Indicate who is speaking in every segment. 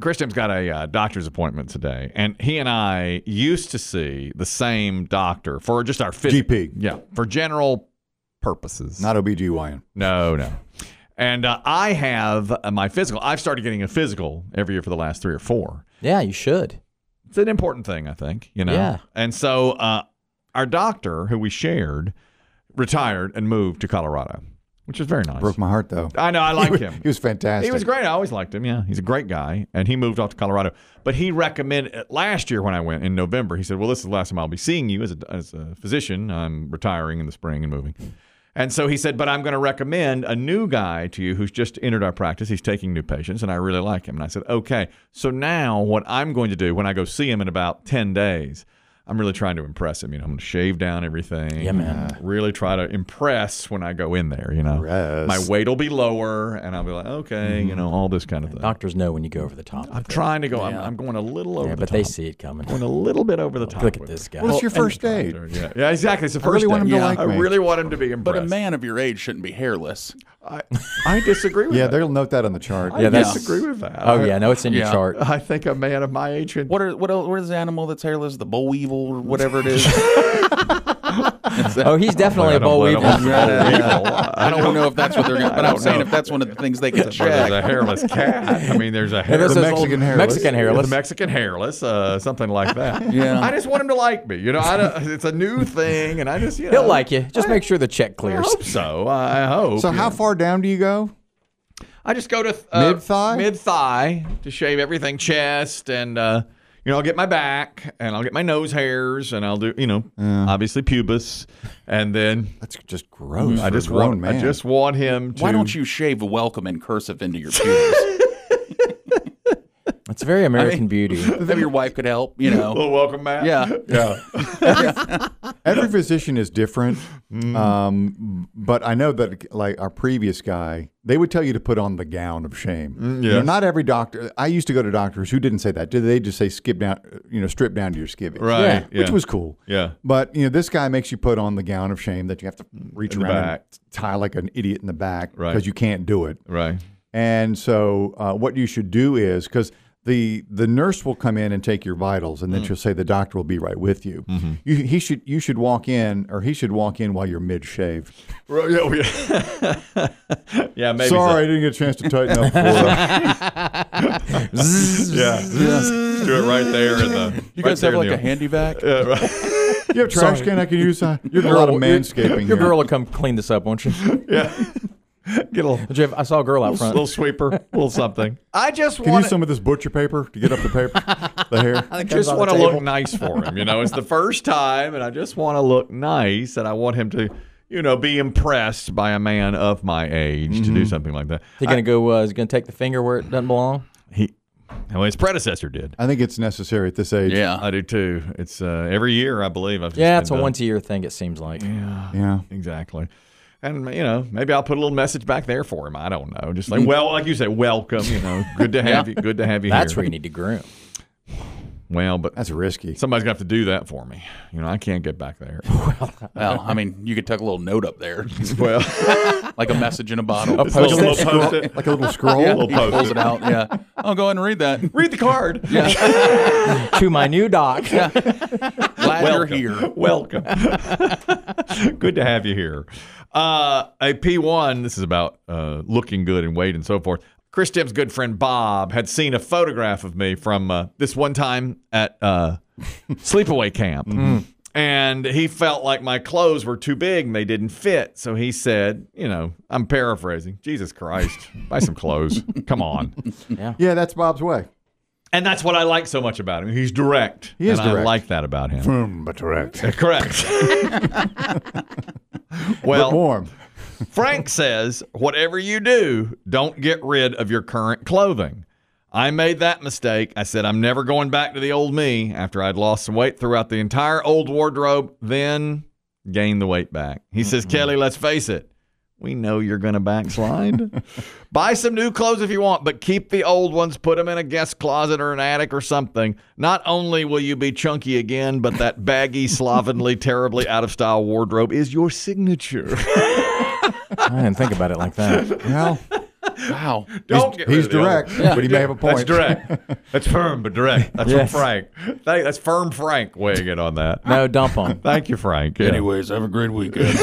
Speaker 1: Christian's got a uh, doctor's appointment today, and he and I used to see the same doctor for just our phys-
Speaker 2: GP.
Speaker 1: Yeah, for general purposes.
Speaker 2: Not OBGYN.
Speaker 1: No, no. And uh, I have uh, my physical. I've started getting a physical every year for the last three or four.
Speaker 3: Yeah, you should.
Speaker 1: It's an important thing, I think. You know.
Speaker 3: Yeah.
Speaker 1: And so uh, our doctor, who we shared, retired and moved to Colorado, which was very nice.
Speaker 2: Broke my heart though.
Speaker 1: I know. I like him.
Speaker 2: He was fantastic.
Speaker 1: He was great. I always liked him. Yeah, he's a great guy, and he moved off to Colorado. But he recommended last year when I went in November. He said, "Well, this is the last time I'll be seeing you as a, as a physician. I'm retiring in the spring and moving." And so he said, "But I'm going to recommend a new guy to you who's just entered our practice. He's taking new patients, and I really like him." And I said, "Okay, so now what I'm going to do when I go see him in about ten days." I'm really trying to impress him. You know, I'm going to shave down everything. Yeah, man. Really try to impress when I go in there. You know,
Speaker 2: Impress.
Speaker 1: my weight will be lower, and I'll be like, okay,
Speaker 3: Mm-hmm.
Speaker 1: you know, all this kind of thing.
Speaker 3: Doctors know when you go over the top.
Speaker 1: I'm trying to go. I'm, I'm going a little over
Speaker 3: yeah,
Speaker 1: the
Speaker 3: but
Speaker 1: top.
Speaker 3: they see it coming.
Speaker 1: Going a little bit over the top.
Speaker 3: Look at
Speaker 1: with
Speaker 3: this guy.
Speaker 2: Well, it's your first date.
Speaker 1: it. Yeah, yeah, exactly. It's the first.
Speaker 2: really want him
Speaker 1: date.
Speaker 2: to
Speaker 1: Yeah.
Speaker 2: like
Speaker 1: I
Speaker 2: me.
Speaker 1: really want him to be impressed.
Speaker 4: But a man of your age shouldn't be hairless.
Speaker 1: I, I disagree with
Speaker 2: Yeah,
Speaker 1: that.
Speaker 2: they'll note that on the chart.
Speaker 1: I
Speaker 3: Yeah, that's-
Speaker 1: disagree with that.
Speaker 3: oh yeah, I know it's in your
Speaker 4: Yeah.
Speaker 3: chart.
Speaker 1: I, I think a man of my age should.
Speaker 4: What are what el- what is the animal that's hairless? The boll weevil or whatever it is. It's that-
Speaker 3: Oh, he's definitely
Speaker 1: I
Speaker 3: a
Speaker 1: don't
Speaker 3: boll
Speaker 1: blame
Speaker 3: weevil.
Speaker 1: him.
Speaker 4: I don't know if that's what they're going to, but
Speaker 1: I
Speaker 4: I'm
Speaker 1: don't
Speaker 4: saying
Speaker 1: know.
Speaker 4: if that's one of the things they can
Speaker 1: Or there's a
Speaker 4: check.
Speaker 1: hairless cat. I mean, there's a hair,
Speaker 3: This is
Speaker 2: Mexican
Speaker 3: old-
Speaker 2: hairless.
Speaker 3: Mexican hairless.
Speaker 1: The Mexican hairless, uh, something like that.
Speaker 4: Yeah.
Speaker 1: I just want him to like me. You know, I don't, it's a new thing, and I just you know,
Speaker 3: He'll like you. Just make sure the check
Speaker 1: I
Speaker 3: clears.
Speaker 1: hope so. I hope.
Speaker 2: So how
Speaker 1: Yeah.
Speaker 2: far down do you go?
Speaker 1: I just go to uh,
Speaker 2: Mid-thigh?
Speaker 1: mid thigh to shave everything, chest, and uh, you know I'll get my back, and I'll get my nose hairs, and I'll do you know obviously pubis, and then
Speaker 2: That's just gross.
Speaker 1: Mm, I
Speaker 2: for
Speaker 1: just
Speaker 2: a grown
Speaker 1: want
Speaker 2: man.
Speaker 1: I just want him to.
Speaker 4: Why don't you shave welcome and cursive into your pubes?
Speaker 3: It's very American beauty.
Speaker 4: Maybe your wife could help. You know.
Speaker 1: Well, welcome back.
Speaker 4: Yeah.
Speaker 1: Oh. yeah. Mm-hmm.
Speaker 2: Every physician is different, um, but I know that like our previous guy, they would tell you to put on the gown of shame. You know,
Speaker 1: Mm, yes.
Speaker 2: not every doctor. I used to go to doctors who didn't say that. Did they just say skip down? You know, strip down to your skivvy,
Speaker 1: Right,
Speaker 2: Yeah,
Speaker 1: yeah.
Speaker 2: Which was cool.
Speaker 1: Yeah. Mm,
Speaker 2: But you know, this guy makes you put on the gown of shame that you have to reach
Speaker 1: In the
Speaker 2: around and
Speaker 1: back.
Speaker 2: tie like an idiot in the back because
Speaker 1: Right.
Speaker 2: you can't do it.
Speaker 1: Right.
Speaker 2: And so, uh, what you should do is because the the nurse will come in and take your vitals, and then she'll say the doctor will be right with you. You he should you should walk in, or he should walk in while you're mid shave.
Speaker 1: Right, yeah, we- yeah, maybe. so.
Speaker 2: Sorry, I didn't get a chance to tighten up. For
Speaker 1: Yeah. Do it right there in the.
Speaker 4: You
Speaker 1: right
Speaker 4: guys
Speaker 1: there
Speaker 4: have
Speaker 1: in
Speaker 4: like
Speaker 1: the-
Speaker 4: a handy vac?
Speaker 1: Yeah, right.
Speaker 2: you have trash can I can use. Uh, you're a lot of manscaping. here.
Speaker 3: Your girl will come clean this up, won't you?
Speaker 1: Get a little,
Speaker 3: Jeff, I saw a girl out front.
Speaker 1: little sweeper, little something. I just
Speaker 2: Can you
Speaker 1: want
Speaker 2: use some of this butcher paper to get up the paper, the hair?
Speaker 1: just
Speaker 3: on the
Speaker 1: want to
Speaker 3: table.
Speaker 1: look nice for him. You know, it's the first time, and I just want to look nice, and I want him to, you know, be impressed by a man of my age to
Speaker 3: Mm-hmm.
Speaker 1: do something like that.
Speaker 3: He gonna go. Uh, he's gonna take the finger where it doesn't belong.
Speaker 1: He, well, his predecessor did.
Speaker 2: I think it's necessary at this age.
Speaker 4: Yeah.
Speaker 1: I do too. It's uh, every year, I believe. I've just
Speaker 3: Yeah,
Speaker 1: been
Speaker 3: it's a
Speaker 1: done.
Speaker 3: once a year thing. It seems like.
Speaker 2: Yeah.
Speaker 1: Exactly. And you know, maybe I'll put a little message back there for him. I don't know. Just
Speaker 3: Mm-hmm.
Speaker 1: like, well, like you say, welcome. You know, good to have you. Good to have you
Speaker 3: That's
Speaker 1: here.
Speaker 3: where you need to groom.
Speaker 1: well, but
Speaker 2: That's risky.
Speaker 1: somebody's gonna have to do that for me. You know, I can't get back there.
Speaker 4: Well, I mean, you could tuck a little note up there,
Speaker 1: well.
Speaker 4: like a message in a bottle.
Speaker 3: A post
Speaker 1: little
Speaker 3: it.
Speaker 1: post it.
Speaker 2: Like a little scroll.
Speaker 4: Yeah,
Speaker 1: little
Speaker 4: he pulls
Speaker 1: post-it.
Speaker 4: it out. Yeah. Oh, go ahead and read that.
Speaker 1: Read the card.
Speaker 3: to my new doc.
Speaker 4: Glad
Speaker 1: Welcome.
Speaker 4: you're here.
Speaker 1: Welcome. good to have you here. Uh, a P1, this is about uh, looking good and weight and so forth. Chris Tibbs' good friend Bob had seen a photograph of me from uh, this one time at uh, sleepaway camp.
Speaker 2: Mm-hmm.
Speaker 1: And he felt like my clothes were too big and they didn't fit. So he said, you know, I'm paraphrasing, Jesus Christ, buy some clothes. Come on.
Speaker 2: Yeah, that's Bob's way.
Speaker 1: And that's what I like so much about him. He's direct.
Speaker 2: He is
Speaker 1: and I
Speaker 2: direct.
Speaker 1: like that about him.
Speaker 2: Boom, but correct.
Speaker 1: Correct. well,
Speaker 2: Warm.
Speaker 1: Frank says, whatever you do, don't get rid of your current clothing. I made that mistake. I said, I'm never going back to the old me after I'd lost some weight throughout the entire old wardrobe, then gained the weight back. He says, Kelly, let's face it. We know you're going to backslide. Buy some new clothes if you want, but keep the old ones, put them in a guest closet or an attic or something. Not only will you be chunky again, but that baggy, slovenly, terribly out of style wardrobe is your signature.
Speaker 3: I didn't think about it like that.
Speaker 2: Well,
Speaker 4: Wow.
Speaker 1: Don't get rid
Speaker 2: He's
Speaker 1: of the old-
Speaker 2: direct, but he may have a point.
Speaker 1: That's direct. That's firm, but direct. That's
Speaker 3: Yes.
Speaker 1: from Frank. Thank- That's firm Frank weighing in on that.
Speaker 3: No, dump them.
Speaker 1: Thank you, Frank. Yeah.
Speaker 4: Anyways, have a great weekend.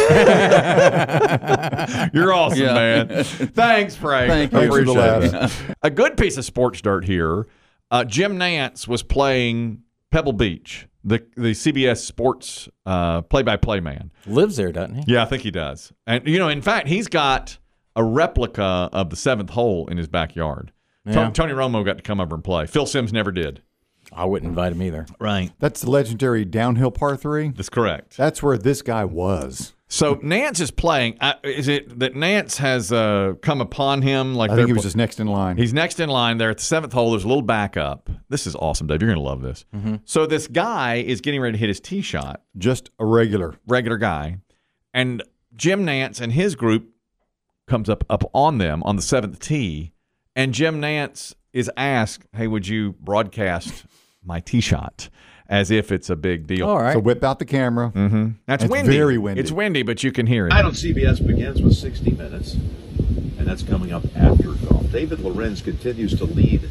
Speaker 1: You're awesome,
Speaker 4: Yeah.
Speaker 1: man. Thanks, Frank.
Speaker 4: Thank
Speaker 1: I
Speaker 2: you. Thanks for the
Speaker 1: appreciate it. A good piece of sports dirt here. Uh, Jim Nance was playing Pebble Beach, the the CBS Sports uh, play-by-play man.
Speaker 3: Lives there, doesn't he?
Speaker 1: Yeah, I think he does. And you know, in fact, he's got a replica of the seventh hole in his backyard. To-
Speaker 3: Yeah.
Speaker 1: Tony Romo got to come over and play. Phil Sims never did.
Speaker 3: I wouldn't invite him either.
Speaker 1: Right.
Speaker 2: That's the legendary downhill par three.
Speaker 1: That's correct.
Speaker 2: That's where this guy was.
Speaker 1: So Nance is playing. I, is it that Nance has uh, come upon him? Like
Speaker 2: I
Speaker 1: they're
Speaker 2: think he was
Speaker 1: pl-
Speaker 2: just next in line.
Speaker 1: He's next in line there at the seventh hole. There's a little backup. This is awesome, Dave. You're going to love this.
Speaker 2: Mm-hmm.
Speaker 1: So this guy is getting ready to hit his tee shot,
Speaker 2: just a regular.
Speaker 1: regular guy, and Jim Nance and his group comes up up on them on the seventh tee, and Jim Nance is asked, "Hey, would you broadcast my tee shot?" As if it's a big deal.
Speaker 3: All right.
Speaker 2: So whip out the camera.
Speaker 1: Mm-hmm. That's
Speaker 2: It's
Speaker 1: windy.
Speaker 2: very windy.
Speaker 1: It's windy, but you can hear it.
Speaker 5: Night on CBS begins with 60 Minutes, and that's coming up after golf. David Lorenz continues to lead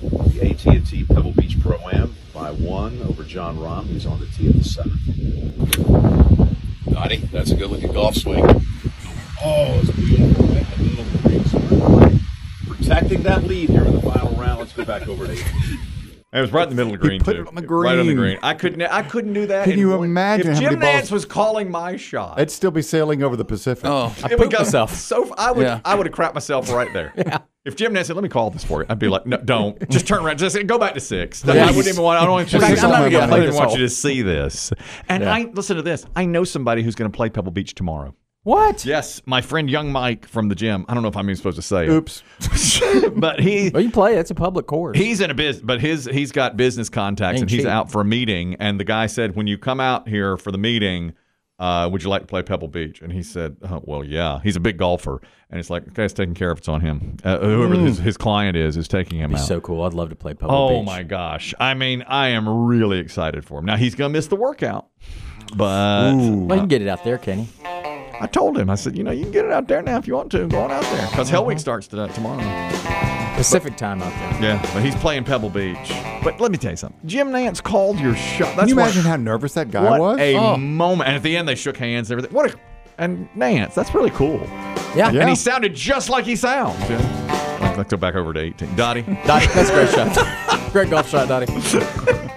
Speaker 5: the AT&T Pebble Beach Pro-Am by one over John Rahm, who's on the tee at the seventh. Donnie, that's a good-looking golf swing. Oh, it's beautiful. Right in the middle of the green. So we're Protecting that lead here in the final round. Let's go back over to AT&T.
Speaker 1: It was right in the middle of the
Speaker 2: He
Speaker 1: green.
Speaker 2: put
Speaker 1: too.
Speaker 2: it on the
Speaker 1: Right on the
Speaker 2: green.
Speaker 1: green. I couldn't. I couldn't do that.
Speaker 2: Can
Speaker 1: in
Speaker 2: you
Speaker 1: one-
Speaker 2: imagine
Speaker 1: if
Speaker 2: how
Speaker 1: Jim
Speaker 2: many balls-
Speaker 1: Nance was calling my shot?
Speaker 2: I'd still be sailing over the Pacific.
Speaker 4: oh,
Speaker 1: it would
Speaker 3: pooped
Speaker 1: go
Speaker 3: myself.
Speaker 1: So I would.
Speaker 4: Yeah.
Speaker 1: I would have crapped myself right there. yeah. If Jim Nance said, "Let me call this for you," I'd be like, "No, don't. Just turn around. Just go back to six. I wouldn't even want. I don't want you to
Speaker 2: Please
Speaker 1: see
Speaker 2: don't
Speaker 1: this.
Speaker 2: let me
Speaker 1: I
Speaker 2: play
Speaker 1: don't
Speaker 3: this
Speaker 1: want
Speaker 3: hole.
Speaker 1: you to see this." And I listen to this. I know somebody who's going to play Pebble Beach tomorrow.
Speaker 3: What?
Speaker 1: Yes, my friend Young Mike from the gym. I don't know if I'm even supposed to say it,
Speaker 2: Oops.
Speaker 1: but he
Speaker 3: Well, you play. It's a public course.
Speaker 1: He's in a business, but his he's got business contacts,
Speaker 3: Ain't
Speaker 1: and he's
Speaker 3: cheap.
Speaker 1: out for a meeting. And the guy said, "When you come out here for the meeting, uh, would you like to play Pebble Beach?" And he said, oh, "Well, yeah." He's a big golfer, and it's like, "Okay, it's taken care of. It's on him. Uh, whoever his, his client is is taking him out."
Speaker 3: Mm. so cool. I'd love to play Pebble
Speaker 1: oh
Speaker 3: Beach.
Speaker 1: my gosh! I mean, I am really excited for him. Now he's gonna miss the workout, but
Speaker 3: Well, you can get it out there, can he?
Speaker 1: I told him, I said, "You know, you can get it out there now if you want to. Go on out there because
Speaker 3: Uh-huh.
Speaker 1: Hell Week starts today, tomorrow."
Speaker 3: Pacific time out there.
Speaker 1: Yeah, but he's playing Pebble Beach. But let me tell you something. Jim Nance called your shot. That's
Speaker 2: Can you
Speaker 1: what-
Speaker 2: imagine how nervous that guy
Speaker 1: what
Speaker 2: was?
Speaker 1: a
Speaker 4: Oh.
Speaker 1: moment. And at the end, they shook hands and everything. What a and Nance, that's really cool.
Speaker 3: Yeah.
Speaker 2: Yeah.
Speaker 1: And he sounded just like he sounds. Let's go back over to 18. Dottie.
Speaker 3: Dottie, that's a great shot. great golf shot, Dottie.